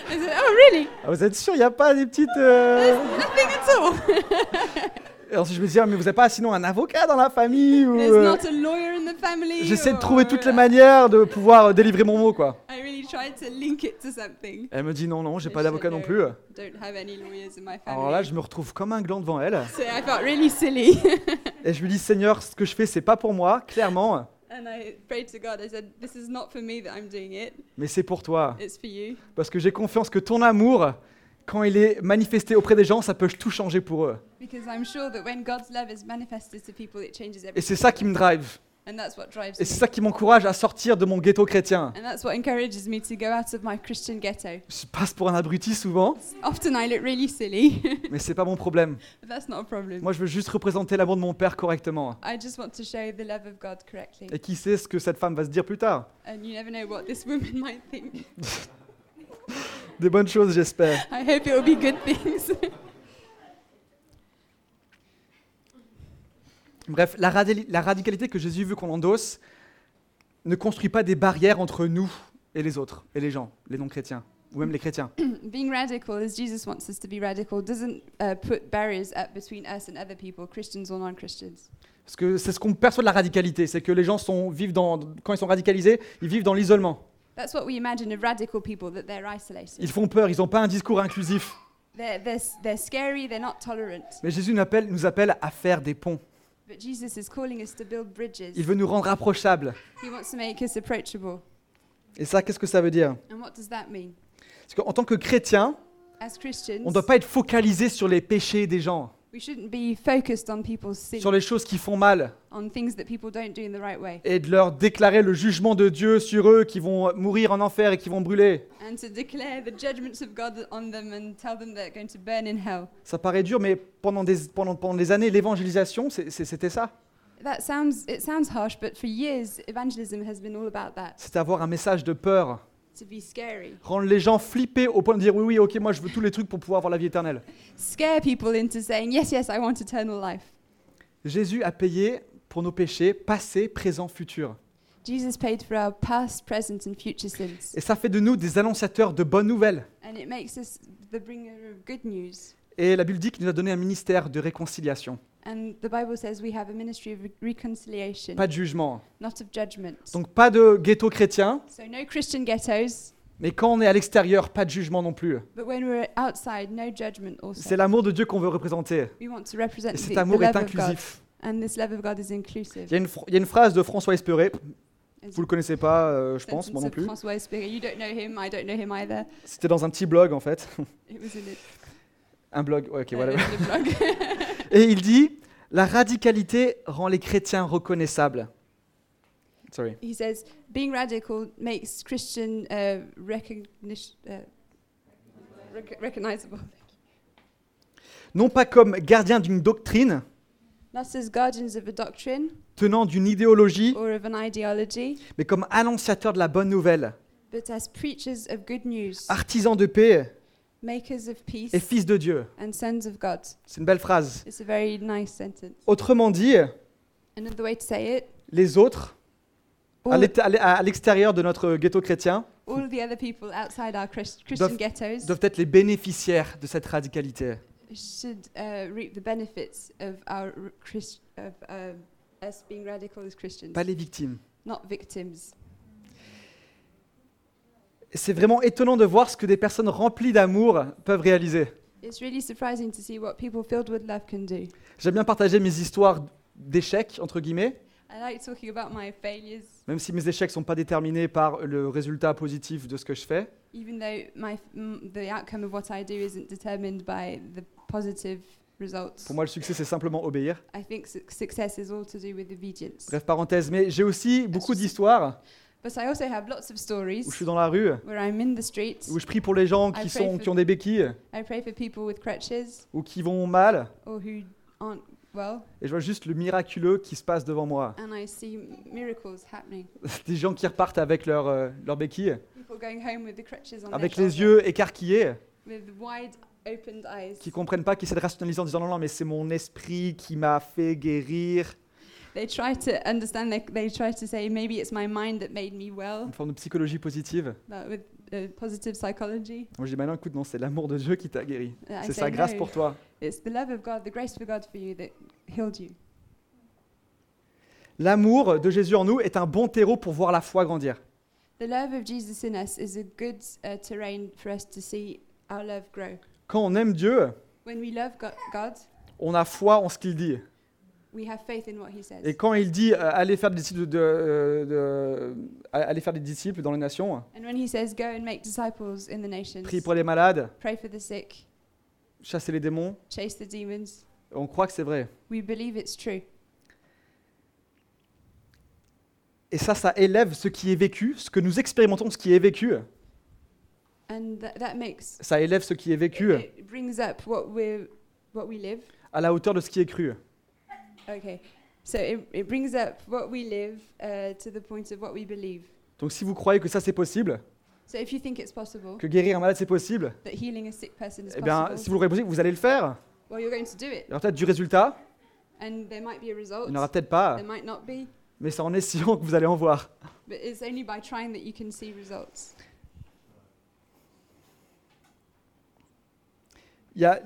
Speaker 2: I said, oh, really?
Speaker 1: Ah, Vous êtes sûr, il n'y a pas des petites. euh,
Speaker 2: Nothing at all.
Speaker 1: Et ensuite, je me disais, Ah, mais vous n'avez pas sinon un avocat dans la famille ou,
Speaker 2: There's
Speaker 1: euh,
Speaker 2: not a lawyer in the family.
Speaker 1: J'essaie de
Speaker 2: or- uh,
Speaker 1: trouver toutes
Speaker 2: euh,
Speaker 1: les manières de pouvoir euh, délivrer mon mot, quoi.
Speaker 2: I really tried to link it to something.
Speaker 1: Elle me dit, non, non, j'ai
Speaker 2: Mais
Speaker 1: pas
Speaker 2: je
Speaker 1: d'avocat
Speaker 2: sais
Speaker 1: non
Speaker 2: que-
Speaker 1: plus.
Speaker 2: Don't have any lawyers in my family.
Speaker 1: Alors là, je me retrouve comme un gland devant elle.
Speaker 2: So I felt really silly.
Speaker 1: Et je lui dis, Seigneur, ce que je fais, c'est pas pour moi, clairement,
Speaker 2: and I prayed to God. I said, This is not for me that I'm doing it,
Speaker 1: mais c'est pour toi.
Speaker 2: it's for you.
Speaker 1: Parce que j'ai confiance que ton amour, quand il est manifesté auprès des gens, ça peut tout changer pour eux.
Speaker 2: Because I'm sure that when God's love is manifested to people, it changes
Speaker 1: Et
Speaker 2: everything.
Speaker 1: c'est ça qui me drive.
Speaker 2: And that's what drives
Speaker 1: Et
Speaker 2: me.
Speaker 1: c'est ça qui m'encourage à sortir de mon ghetto chrétien.
Speaker 2: And that's what encourages me to go out of my Christian ghetto.
Speaker 1: Je passe pour un abruti souvent,
Speaker 2: Often I look really silly,
Speaker 1: mais c'est pas mon problème.
Speaker 2: but that's not a problem.
Speaker 1: Moi, je veux juste représenter l'amour de mon père correctement.
Speaker 2: I just want to show the love of God correctly.
Speaker 1: Et qui sait ce que cette femme va se dire plus tard
Speaker 2: And you never know what this woman might think.
Speaker 1: Des bonnes choses, j'espère.
Speaker 2: I hope it will be good things.
Speaker 1: Bref, la, radé- la radicalité que Jésus veut qu'on endosse ne construit pas des barrières entre nous et les autres, et les gens, les non-chrétiens, ou même les chrétiens.
Speaker 2: Being radical, as Jesus wants us to be radical, doesn't uh, put barriers up between us and other people, Christians or non Christians.
Speaker 1: Parce que c'est ce qu'on perçoit de la radicalité, c'est que les gens sont, vivent dans, quand ils sont radicalisés, ils vivent dans l'isolement.
Speaker 2: That's what we imagine of radical people, that they're isolated.
Speaker 1: Ils font peur, ils n'ont pas un discours inclusif.
Speaker 2: They're, they're, s- they're scary, they're not tolerant.
Speaker 1: Mais Jésus nous appelle, nous appelle à faire des ponts.
Speaker 2: But Jesus is calling us to build bridges.
Speaker 1: Il veut nous rendre approchables.
Speaker 2: He wants to make us approachable.
Speaker 1: Et ça, qu'est-ce que ça veut dire
Speaker 2: And what does that mean?
Speaker 1: Parce qu'en tant que chrétien,
Speaker 2: As Christians,
Speaker 1: on ne doit pas être focalisé sur les péchés des gens,
Speaker 2: we shouldn't be focused on people's sin,
Speaker 1: sur les choses qui font mal,
Speaker 2: on things that people don't do in the right way,
Speaker 1: et de leur déclarer le jugement de Dieu sur eux qui vont mourir en enfer et qui vont brûler.
Speaker 2: and to declare the judgments of God on them and tell them they're going to burn in hell.
Speaker 1: Ça paraît dur, mais pendant des, pendant, pendant des années, l'évangélisation, c'est- c'est- c'était ça.
Speaker 2: That sounds it sounds harsh, but for years evangelism has been all about that.
Speaker 1: C'était avoir un message de peur,
Speaker 2: To be scary.
Speaker 1: rendre les gens flipper au point de dire oui, oui, ok, moi je veux tous les trucs pour pouvoir avoir la vie éternelle.
Speaker 2: Scare people into saying, Yes, yes, I want eternal life.
Speaker 1: Jésus a payé pour nos péchés passés, présents, futurs.
Speaker 2: Jesus paid for our past, present and future sins.
Speaker 1: Et ça fait de nous des annonciateurs de bonnes nouvelles.
Speaker 2: And it makes us the bringer of good news.
Speaker 1: Et la Bible dit qu'il nous a donné un ministère de réconciliation,
Speaker 2: And the Bible says we have a ministry of re- reconciliation,
Speaker 1: pas de jugement.
Speaker 2: not of judgment.
Speaker 1: Donc pas de ghetto chrétien,
Speaker 2: So no Christian ghettos,
Speaker 1: mais quand on est à l'extérieur, pas de jugement non plus.
Speaker 2: but when we're outside, no judgment
Speaker 1: C'est
Speaker 2: also.
Speaker 1: l'amour de Dieu qu'on veut représenter.
Speaker 2: We want to
Speaker 1: Et
Speaker 2: represent the,
Speaker 1: cet
Speaker 2: the
Speaker 1: amour est
Speaker 2: love of God.
Speaker 1: inclusif.
Speaker 2: And this love of God is
Speaker 1: Il
Speaker 2: inclusive.
Speaker 1: y, a une fr- il y a une phrase de François Espéré,
Speaker 2: As
Speaker 1: vous le connaissez pas, euh, je pense, moi non
Speaker 2: sentence of
Speaker 1: plus.
Speaker 2: François Espiga. You don't know him, I don't know him either.
Speaker 1: C'était dans un petit blog en fait.
Speaker 2: It was in it.
Speaker 1: Un blog, ouais, ok,
Speaker 2: uh,
Speaker 1: voilà.
Speaker 2: in the blog.
Speaker 1: Et il dit La radicalité rend les chrétiens reconnaissables. Sorry.
Speaker 2: he says, being radical makes Christian uh, recognition, uh, rec- recognizable.
Speaker 1: Non pas comme gardiens d'une doctrine,
Speaker 2: Not as guardians of a doctrine
Speaker 1: tenant d'une idéologie,
Speaker 2: or of an ideology,
Speaker 1: mais comme annonciateurs de la bonne nouvelle,
Speaker 2: but as preachers of good news,
Speaker 1: artisans de paix
Speaker 2: makers of peace
Speaker 1: et fils de Dieu.
Speaker 2: and sons of God.
Speaker 1: C'est une belle phrase.
Speaker 2: It's a very nice sentence.
Speaker 1: Autrement dit,
Speaker 2: Another way to say it,
Speaker 1: les autres, à
Speaker 2: all,
Speaker 1: l'ét- à l'é- à l'extérieur de notre ghetto chrétien,
Speaker 2: all the other people outside our Christ, Christian
Speaker 1: Doivent-
Speaker 2: ghettos
Speaker 1: doivent être les bénéficiaires de cette radicalité.
Speaker 2: should uh, reap the benefits of our r- Christ, of um, us being radical as Christians,
Speaker 1: pas les victimes.
Speaker 2: not victims.
Speaker 1: C'est vraiment étonnant de voir ce que des personnes remplies d'amour peuvent réaliser.
Speaker 2: It's really surprising to see what people filled with love can do.
Speaker 1: J'aime bien partager mes histoires d'échecs, entre guillemets,
Speaker 2: I like talking about my failures,
Speaker 1: même si mes échecs ne sont pas déterminés par le résultat positif de ce que je fais.
Speaker 2: even though my f- m- the outcome of what I do isn't determined by the positive results.
Speaker 1: Pour moi, le succès, c'est simplement obéir.
Speaker 2: I think su- success is all to do with obedience.
Speaker 1: Bref, parenthèse, mais j'ai aussi beaucoup d'histoires
Speaker 2: But I also have lots of stories
Speaker 1: où je suis dans la rue,
Speaker 2: where I'm in the streets.
Speaker 1: où je prie pour les gens qui, sont, qui ont des béquilles
Speaker 2: I pray for people with crutches
Speaker 1: ou qui vont mal,
Speaker 2: or who aren't well,
Speaker 1: et je vois juste le miraculeux qui se passe devant moi.
Speaker 2: and I see miracles happening.
Speaker 1: Des gens qui repartent avec leur, euh, leurs béquilles,
Speaker 2: People going home with the crutches on
Speaker 1: avec
Speaker 2: their
Speaker 1: les
Speaker 2: shoulder,
Speaker 1: yeux écarquillés,
Speaker 2: with wide opened eyes.
Speaker 1: qui comprennent pas, qui essaient de rationaliser en disant non, non, mais c'est mon esprit qui m'a fait guérir.
Speaker 2: They try to understand. They, they try to say maybe it's my mind that made me well.
Speaker 1: Une forme de psychologie positive.
Speaker 2: That with uh, positive psychology,
Speaker 1: Moi, je dis, bah non, écoute, non, c'est l'amour de Dieu qui t'a guéri.
Speaker 2: Uh, I
Speaker 1: C'est
Speaker 2: say
Speaker 1: sa grâce
Speaker 2: no.
Speaker 1: pour toi.
Speaker 2: It's the love of God, the grace of God for you that healed you.
Speaker 1: L'amour de Jésus en nous est un bon terreau pour voir la foi grandir.
Speaker 2: The love of Jesus in us is a good uh, terrain for us to see our love grow.
Speaker 1: Quand on aime Dieu,
Speaker 2: When we love Go- God,
Speaker 1: on a foi en ce qu'il dit.
Speaker 2: we have faith in what He says.
Speaker 1: Et quand il dit, euh, allez faire des disciples, de, euh, de- de- allez faire des disciples dans les nations,
Speaker 2: And when He says, "Go and make disciples in the nations,
Speaker 1: priez pour les malades,
Speaker 2: pray for the sick,
Speaker 1: chassez les démons,
Speaker 2: chase the demons,"
Speaker 1: on croit que c'est vrai.
Speaker 2: we believe it's true,
Speaker 1: Et ça, ça élève ce qui est vécu, ce que nous expérimentons, ce qui est vécu.
Speaker 2: and tha- that makes
Speaker 1: Ça élève ce qui est vécu
Speaker 2: it, it brings up what we what we live.
Speaker 1: à la hauteur de ce qui est cru.
Speaker 2: Okay, so it, it brings up what we live uh, to the point of what we believe.
Speaker 1: Donc si vous croyez que ça c'est possible,
Speaker 2: So if you think it's possible
Speaker 1: que guérir un malade c'est possible,
Speaker 2: that healing a sick person is
Speaker 1: eh bien
Speaker 2: possible,
Speaker 1: si vous le croyez possible, vous allez le faire.
Speaker 2: well, you're going to do it,
Speaker 1: Il y aura peut-être du résultat,
Speaker 2: and there might be a result.
Speaker 1: il n'y en aura peut-être pas,
Speaker 2: There might not be,
Speaker 1: mais c'est en essayant que vous allez en voir.
Speaker 2: but it's only by trying that you can see results.
Speaker 1: Il y a...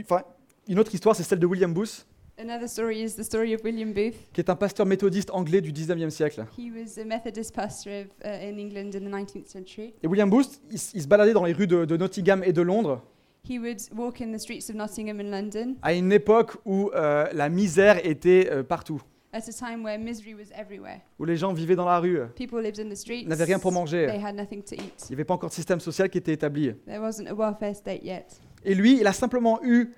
Speaker 1: Enfin, une autre histoire, c'est celle de William Booth.
Speaker 2: Another story is the story of William Booth.
Speaker 1: qui est un pasteur méthodiste anglais du 19e siècle.
Speaker 2: He was a Methodist pastor of, uh, in England in the 19th century.
Speaker 1: Et William Booth, il, s- il se baladait dans les rues de, de Nottingham et de Londres,
Speaker 2: He would walk in the streets of Nottingham and London
Speaker 1: à une époque où euh, la misère était euh, partout,
Speaker 2: at a time where misery was everywhere.
Speaker 1: où les gens vivaient dans la rue, euh,
Speaker 2: People lived in the streets.
Speaker 1: n'avaient rien pour manger,
Speaker 2: They had nothing to eat.
Speaker 1: il n'y avait pas encore de système social qui était établi.
Speaker 2: There wasn't a welfare state yet.
Speaker 1: Et lui, il a simplement eu,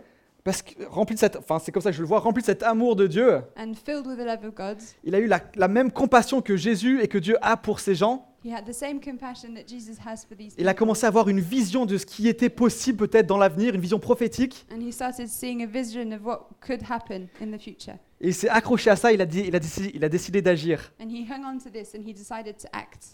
Speaker 1: parce que rempli de cette, enfin c'est comme ça que je le vois, rempli de cet amour de Dieu,
Speaker 2: And filled with the love of God,
Speaker 1: il a eu la, la même compassion que Jésus et que Dieu a pour ces gens.
Speaker 2: he had the same compassion that Jesus has for these
Speaker 1: Il a
Speaker 2: people.
Speaker 1: commencé à avoir une vision de ce qui était possible peut-être dans l'avenir, une vision prophétique.
Speaker 2: And he started seeing a vision of what could happen in the future.
Speaker 1: Et il s'est accroché à ça, il a, dit- il a décidé- il a décidé d'agir.
Speaker 2: And he hung on to this and he decided to act.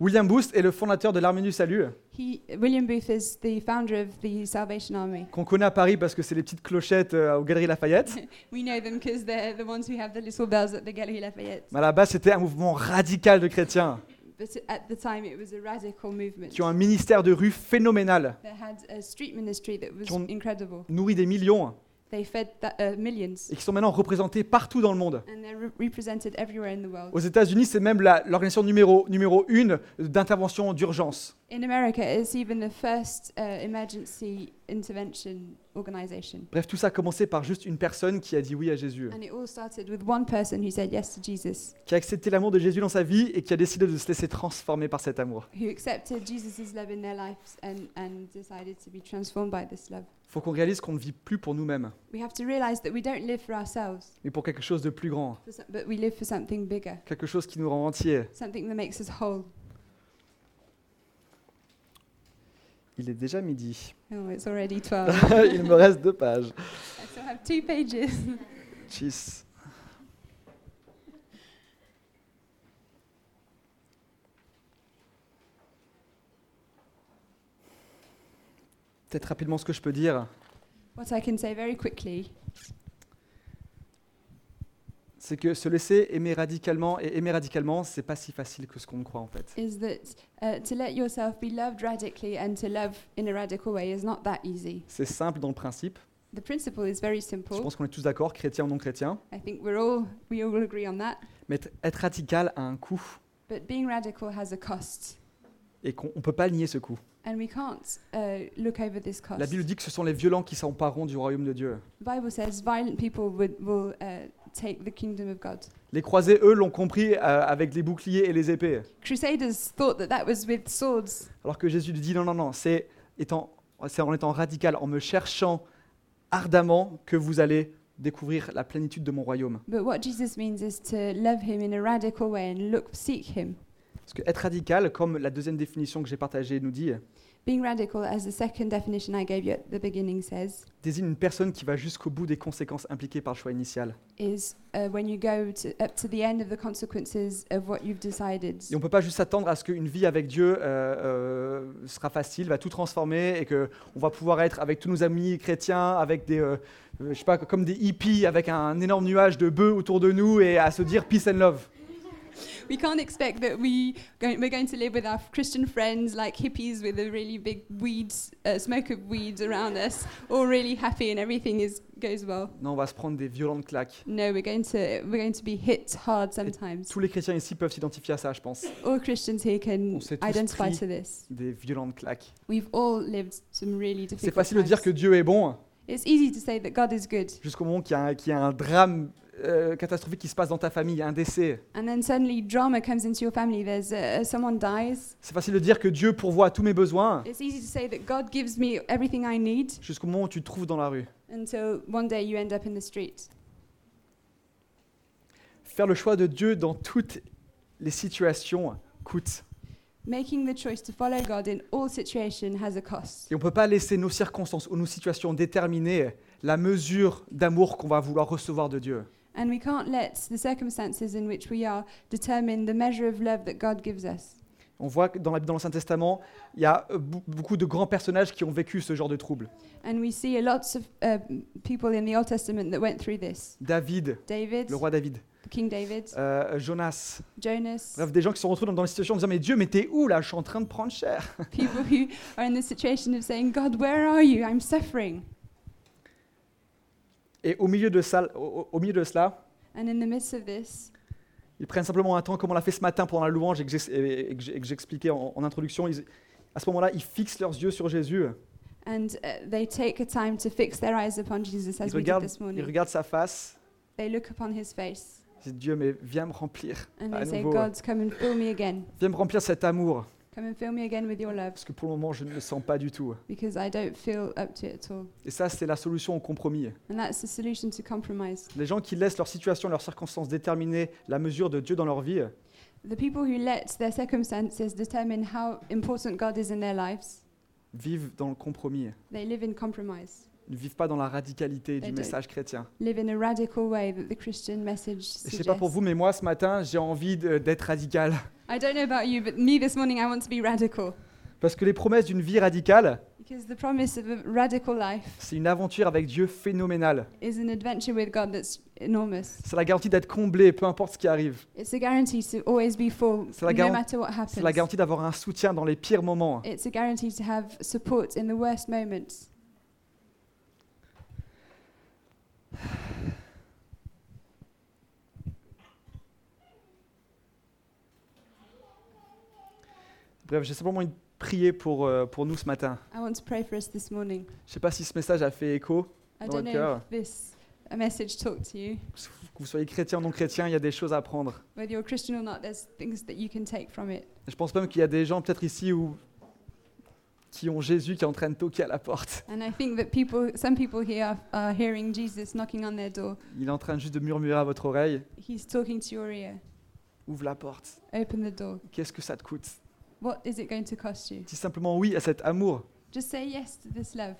Speaker 1: William Booth est le fondateur de l'Armée du Salut,
Speaker 2: He, William Booth is the founder of the Salvation Army.
Speaker 1: qu'on connaît à Paris parce que c'est les petites clochettes euh, aux Galeries Lafayette.
Speaker 2: We know them because they're the ones who have the little bells at the Galerie Lafayette.
Speaker 1: Mais à la base, c'était un mouvement radical de chrétiens
Speaker 2: But at the time, it was a radical movement.
Speaker 1: qui ont un ministère de rue phénoménal,
Speaker 2: They had a street ministry that was
Speaker 1: Qui ont-
Speaker 2: incredible.
Speaker 1: nourri des millions,
Speaker 2: They fed that, uh, millions,
Speaker 1: et qui sont maintenant représentés partout dans le monde.
Speaker 2: and they're re- represented everywhere in the world.
Speaker 1: Aux États-Unis, c'est même la- l'organisation numéro, numéro une d'intervention d'urgence.
Speaker 2: In America, it's even the first uh, emergency intervention organization.
Speaker 1: Bref, tout ça a commencé par juste une personne qui a dit oui à Jésus,
Speaker 2: And it all started with one person who said yes to Jesus,
Speaker 1: qui a accepté l'amour de Jésus dans sa vie et qui a décidé de se laisser transformer par cet amour.
Speaker 2: who accepted Jesus' love in their lives and, and decided to be transformed by this love.
Speaker 1: Faut qu'on réalise qu'on ne vit plus pour nous-mêmes,
Speaker 2: We have to realize that we don't live for ourselves,
Speaker 1: mais pour quelque chose de plus grand,
Speaker 2: for some, but we live for something bigger,
Speaker 1: quelque chose qui nous rend entiers.
Speaker 2: something that makes us whole.
Speaker 1: Il est déjà midi.
Speaker 2: Oh, it's already 12.
Speaker 1: Il me reste deux pages.
Speaker 2: I still have two pages.
Speaker 1: Jeez. Peut-être rapidement ce que je peux dire,
Speaker 2: What I can say very quickly
Speaker 1: c'est que se laisser aimer radicalement et aimer radicalement, c'est pas si facile que ce qu'on croit en fait.
Speaker 2: is that uh, to let yourself be loved radically and to love in a radical way is not that easy.
Speaker 1: C'est simple dans le principe.
Speaker 2: The principle is very
Speaker 1: Je
Speaker 2: simple.
Speaker 1: pense qu'on est tous d'accord, chrétiens ou non chrétiens.
Speaker 2: I think we're all we all agree on that.
Speaker 1: Mais être- être radical a un coût
Speaker 2: But being radical has a cost,
Speaker 1: et qu'on on peut pas nier ce coût.
Speaker 2: and we can't uh, look over this cost.
Speaker 1: La Bible dit que ce sont les violents qui s'empareront du royaume de Dieu.
Speaker 2: the Bible says violent people would, will uh, take the kingdom of God.
Speaker 1: Les croisés, eux, l'ont compris euh, avec les boucliers et les épées.
Speaker 2: Crusaders thought that that was with swords,
Speaker 1: Alors que Jésus lui dit non, non, non, c'est étant- c'est en étant radical, en me cherchant ardemment que vous allez découvrir la plénitude de mon royaume.
Speaker 2: but what Jesus means is to love him in a radical way and look, seek him.
Speaker 1: Parce que être radical, comme la deuxième définition que j'ai partagée nous dit,
Speaker 2: Being radical, as the second definition I gave you at the beginning says,
Speaker 1: désigne une personne qui va jusqu'au bout des conséquences impliquées par le choix initial.
Speaker 2: is uh, when you go to, up to the end of the consequences of what you've decided.
Speaker 1: Et on ne peut pas juste s'attendre à ce qu'une vie avec Dieu euh, euh, sera facile, va tout transformer et que on va pouvoir être avec tous nos amis chrétiens, avec des, euh, euh, je sais pas, comme des hippies, avec un énorme nuage de bœufs autour de nous et à se dire peace and love.
Speaker 2: We can't expect that we go, we're going to live with our Christian friends like hippies with a really big weed, uh, smoke of weeds around us, all really happy and everything is goes well.
Speaker 1: Non, on va se prendre des violentes claques.
Speaker 2: No, we're going to we're going to be hit hard sometimes.
Speaker 1: Tous les chrétiens ici peuvent s'identifier à ça, je pense.
Speaker 2: All Christians here
Speaker 1: On
Speaker 2: can
Speaker 1: s'est tous
Speaker 2: identify
Speaker 1: pris.
Speaker 2: to this.
Speaker 1: Des violentes claques.
Speaker 2: We've all lived some really
Speaker 1: C'est
Speaker 2: difficult
Speaker 1: facile de dire
Speaker 2: times.
Speaker 1: que Dieu est bon
Speaker 2: It's easy to say that God is good,
Speaker 1: jusqu'au moment qu'il y, a un- qu'il y a un drame euh, catastrophique qui se passe dans ta famille, un décès.
Speaker 2: and then suddenly drama comes into your family. There's uh, someone dies.
Speaker 1: C'est facile de dire que Dieu pourvoit à tous mes besoins
Speaker 2: It's easy to say that God gives me everything I need
Speaker 1: jusqu'au moment où tu te trouves dans la rue.
Speaker 2: until one day you end up in the street.
Speaker 1: Faire le choix de Dieu dans toutes les situations coûte.
Speaker 2: Making the choice to follow God in all situation has a cost.
Speaker 1: Et on ne peut pas laisser nos circonstances ou nos situations déterminer la mesure d'amour qu'on va vouloir recevoir de Dieu.
Speaker 2: And we can't let the circumstances in which we are determine the measure of love that God gives us.
Speaker 1: On voit que dans la- dans l'Ancien Testament, il y a euh, bou- beaucoup de grands personnages qui ont vécu ce genre de troubles.
Speaker 2: And we see lots of uh, people in the Old Testament that went through this.
Speaker 1: David,
Speaker 2: David,
Speaker 1: le roi David.
Speaker 2: King David,
Speaker 1: Euh, Jonas,
Speaker 2: Jonas,
Speaker 1: bref, des gens qui se retrouvent dans, dans des situations en disant Mais Dieu, mais t'es où là Je suis en train de prendre cher.
Speaker 2: people who are in the situation of saying, God, where are you? I'm suffering.
Speaker 1: Et au milieu de, ça- au- au- au milieu de cela,
Speaker 2: And in the midst of this,
Speaker 1: ils prennent simplement un temps, comme on l'a fait ce matin pendant la louange et que j'ex- et- et que j'ai- et que j'expliquais en, en introduction. ils- à ce moment-là, ils fixent leurs yeux sur Jésus,
Speaker 2: and uh, they take a time to fix their eyes upon Jesus, as
Speaker 1: ils
Speaker 2: we did
Speaker 1: regardent,
Speaker 2: this
Speaker 1: ils
Speaker 2: morning.
Speaker 1: regardent sa face,
Speaker 2: They look upon his face
Speaker 1: ils disent Dieu, mais viens me remplir,
Speaker 2: and
Speaker 1: à
Speaker 2: they say,
Speaker 1: nouveau.
Speaker 2: God, come and fill me again.
Speaker 1: viens me remplir cet amour,
Speaker 2: Come and fill me again with your love
Speaker 1: parce que pour le moment, je ne le sens pas du tout.
Speaker 2: because I don't feel up to it at all.
Speaker 1: Et ça, c'est la solution au compromis.
Speaker 2: And that's the solution to compromise.
Speaker 1: Les gens qui laissent leur situation, leurs circonstances déterminer la mesure de Dieu dans leur vie,
Speaker 2: The people who let their circumstances determine how important God is in their lives,
Speaker 1: vivent dans le compromis,
Speaker 2: they live in compromise,
Speaker 1: ne vivent pas dans la radicalité
Speaker 2: Et
Speaker 1: du
Speaker 2: de-
Speaker 1: message chrétien.
Speaker 2: live in a radical way that the Christian message
Speaker 1: Et je sais pas pour
Speaker 2: suggests.
Speaker 1: vous, mais moi, ce matin, j'ai envie de- d'être radical.
Speaker 2: I don't know about you, but me this morning, I want to be radical
Speaker 1: Parce que les promesses d'une vie radicale,
Speaker 2: because the promise of a radical life
Speaker 1: c'est une aventure avec Dieu phénoménale.
Speaker 2: is an adventure with God that's enormous.
Speaker 1: C'est la garantie d'être comblé, peu importe ce qui arrive.
Speaker 2: It's a guarantee to always be full,
Speaker 1: C'est la
Speaker 2: no
Speaker 1: garan-
Speaker 2: matter what
Speaker 1: C'est la
Speaker 2: happens.
Speaker 1: garantie d'avoir un soutien dans les pires moments.
Speaker 2: It's a guarantee to have support in the worst moments.
Speaker 1: Bref, j'ai simplement envie de prier pour, euh, pour nous ce matin.
Speaker 2: I want to pray for us this morning.
Speaker 1: Je sais pas si ce message a fait écho.
Speaker 2: I
Speaker 1: Lord
Speaker 2: don't know
Speaker 1: God.
Speaker 2: if this a message talked to you.
Speaker 1: Que vous soyez chrétien ou non chrétien, il y a des choses à apprendre.
Speaker 2: Whether you're Christian or not, there's things that you can take from it.
Speaker 1: Je pense même qu'il y a des gens peut-être ici où, qui ont Jésus qui est en train de toquer à la porte.
Speaker 2: And I think that people, some people here are, are hearing Jesus knocking on their door.
Speaker 1: Il est en train juste de murmurer à votre oreille,
Speaker 2: He's talking to your ear.
Speaker 1: ouvre la porte.
Speaker 2: Open the door.
Speaker 1: Qu'est-ce que ça te coûte
Speaker 2: What is it going to cost you?
Speaker 1: Dis simplement oui à cet amour.
Speaker 2: Just say yes to this love.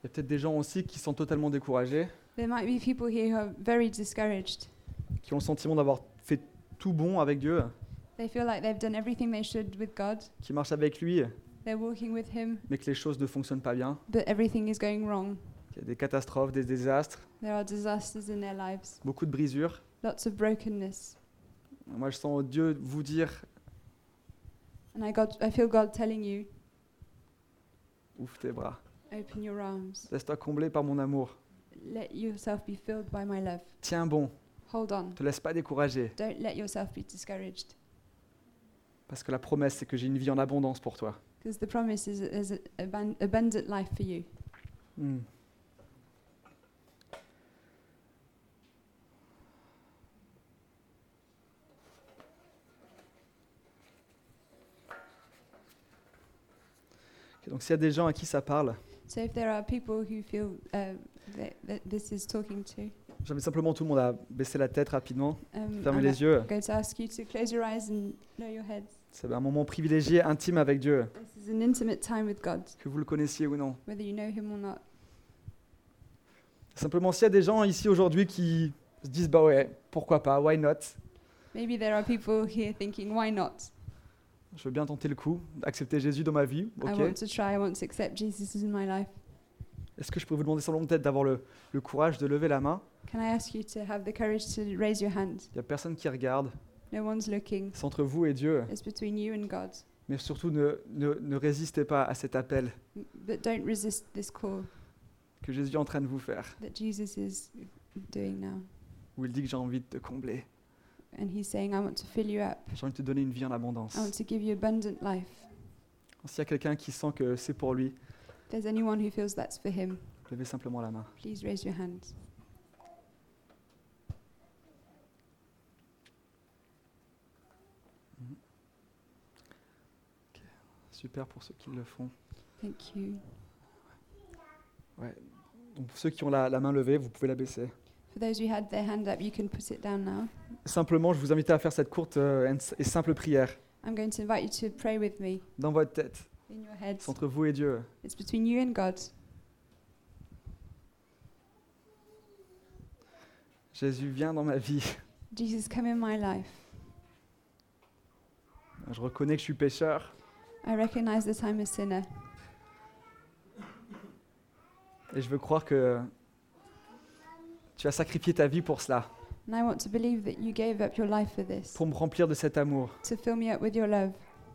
Speaker 1: Il y a peut-être des gens aussi qui sont totalement découragés,
Speaker 2: There might be people here who are very discouraged.
Speaker 1: qui ont le sentiment d'avoir fait tout bon avec Dieu,
Speaker 2: They feel like they've done everything they should with God.
Speaker 1: qui marchent avec lui,
Speaker 2: They're walking with Him,
Speaker 1: mais que les choses ne fonctionnent pas bien,
Speaker 2: but everything is going wrong.
Speaker 1: qu'il y a des catastrophes, des désastres,
Speaker 2: There are disasters in their lives,
Speaker 1: beaucoup de brisures.
Speaker 2: lots of brokenness.
Speaker 1: Moi, je sens Dieu vous dire,
Speaker 2: And I, got, I feel God telling you,
Speaker 1: ouvre tes bras,
Speaker 2: open your arms.
Speaker 1: laisse-toi combler par mon amour.
Speaker 2: Let yourself be filled by my love.
Speaker 1: Tiens bon,
Speaker 2: Hold on.
Speaker 1: te laisse pas décourager,
Speaker 2: Don't let yourself be discouraged.
Speaker 1: parce que la promesse, c'est que j'ai une vie en abondance pour toi.
Speaker 2: Because the promise is, is an aban- abundant life for you.
Speaker 1: Hmm. Ok, donc s'il y a des gens à qui ça parle,
Speaker 2: So if there are people who feel uh, that, that this is talking to,
Speaker 1: j'invite simplement tout le monde à baisser la tête rapidement,
Speaker 2: um,
Speaker 1: fermer
Speaker 2: I'm
Speaker 1: les yeux.
Speaker 2: going to ask you to close your eyes and lower your heads.
Speaker 1: C'est un moment privilégié, intime avec Dieu,
Speaker 2: This is an intimate time with God,
Speaker 1: que vous le connaissiez ou non.
Speaker 2: whether you know Him or not.
Speaker 1: Simplement s'il y a des gens ici aujourd'hui qui se disent bah ouais, pourquoi pas, why not
Speaker 2: Maybe there are people here thinking, why not?
Speaker 1: Je veux bien tenter le coup, accepter Jésus dans ma vie,
Speaker 2: I
Speaker 1: ok.
Speaker 2: want to try, I want to accept Jesus in my life.
Speaker 1: Est-ce que je pourrais vous demander simplement peut-être d'avoir le- le courage de lever la main
Speaker 2: Can I ask you to have the courage to raise your hand?
Speaker 1: Il n'y a personne qui regarde.
Speaker 2: No one's looking.
Speaker 1: C'est entre vous et Dieu.
Speaker 2: It's between you and God.
Speaker 1: Mais surtout, ne, ne, ne résistez pas à cet appel
Speaker 2: M- But don't resist this call
Speaker 1: que Jésus est en train de vous faire,
Speaker 2: that Jesus is doing now.
Speaker 1: où il dit que j'ai envie de te combler.
Speaker 2: And He's saying, I want to fill you up.
Speaker 1: J'ai envie de te donner une vie en abondance.
Speaker 2: I want to give you abundant life.
Speaker 1: S'il y a quelqu'un qui sent que c'est pour lui,
Speaker 2: If there's anyone who feels that's for Him,
Speaker 1: levez simplement la main.
Speaker 2: please raise your hand.
Speaker 1: Super pour ceux qui le font.
Speaker 2: Thank you.
Speaker 1: Donc pour ceux qui ont la, la main levée, vous pouvez la baisser.
Speaker 2: For those who had their hand up, you can put it down now.
Speaker 1: Simplement, je vous invite à faire cette courte euh, et simple prière
Speaker 2: I'm going to invite you to pray with me
Speaker 1: dans votre tête.
Speaker 2: in your heads.
Speaker 1: C'est entre vous et Dieu.
Speaker 2: It's between you and God.
Speaker 1: Jésus, viens dans ma vie.
Speaker 2: Jesus, come in my life.
Speaker 1: Je reconnais que je suis pécheur
Speaker 2: I recognize that I'm a sinner.
Speaker 1: et je veux croire que tu as sacrifié ta vie pour cela.
Speaker 2: And I want to believe that you gave up your life for this,
Speaker 1: pour me remplir de cet amour.
Speaker 2: to fill me up with your love.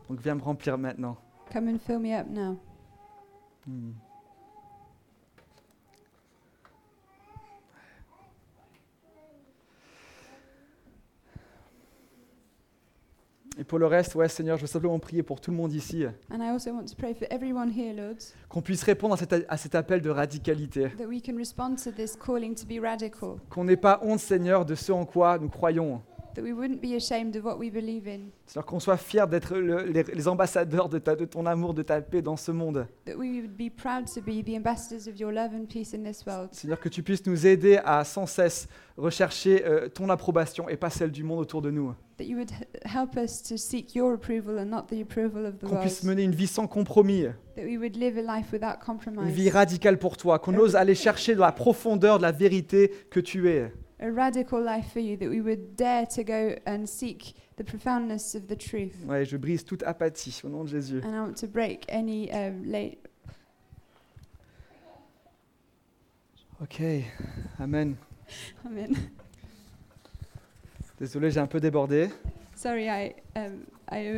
Speaker 1: Donc viens me remplir maintenant.
Speaker 2: Come and fill me up now.
Speaker 1: Hmm. Et pour le reste, ouais, Seigneur, je veux simplement prier pour tout le monde ici,
Speaker 2: And I also want to pray for everyone here, Lord,
Speaker 1: qu'on puisse répondre à cet, a- à cet appel de radicalité.
Speaker 2: that we can respond to this calling to be radical,
Speaker 1: Qu'on n'ait pas honte, Seigneur, de ce en quoi nous croyons.
Speaker 2: that we wouldn't be ashamed of what we believe in,
Speaker 1: Seigneur, qu'on soit fiers d'être le- les, les ambassadeurs de, ta- de ton amour, de ta paix dans ce monde.
Speaker 2: that we would be proud to be the ambassadors of your love and peace in this world.
Speaker 1: Seigneur, que tu puisses nous aider à sans cesse rechercher euh, ton approbation et pas celle du monde autour de nous.
Speaker 2: That you would h- help us to seek your approval and not the approval of the
Speaker 1: Qu'on
Speaker 2: world.
Speaker 1: puisse mener une vie sans compromis,
Speaker 2: That we would live a life without
Speaker 1: une
Speaker 2: compromise.
Speaker 1: vie radicale pour toi. Qu'on ose aller chercher dans la profondeur de la vérité que tu es.
Speaker 2: a radical life for you. That we would dare to go and seek the profoundness of the truth.
Speaker 1: Ouais, je brise toute apathie au nom de Jésus.
Speaker 2: And I want to break any um, late.
Speaker 1: Ok, amen.
Speaker 2: Amen.
Speaker 1: Désolé, j'ai un peu débordé.
Speaker 2: Sorry, I um, I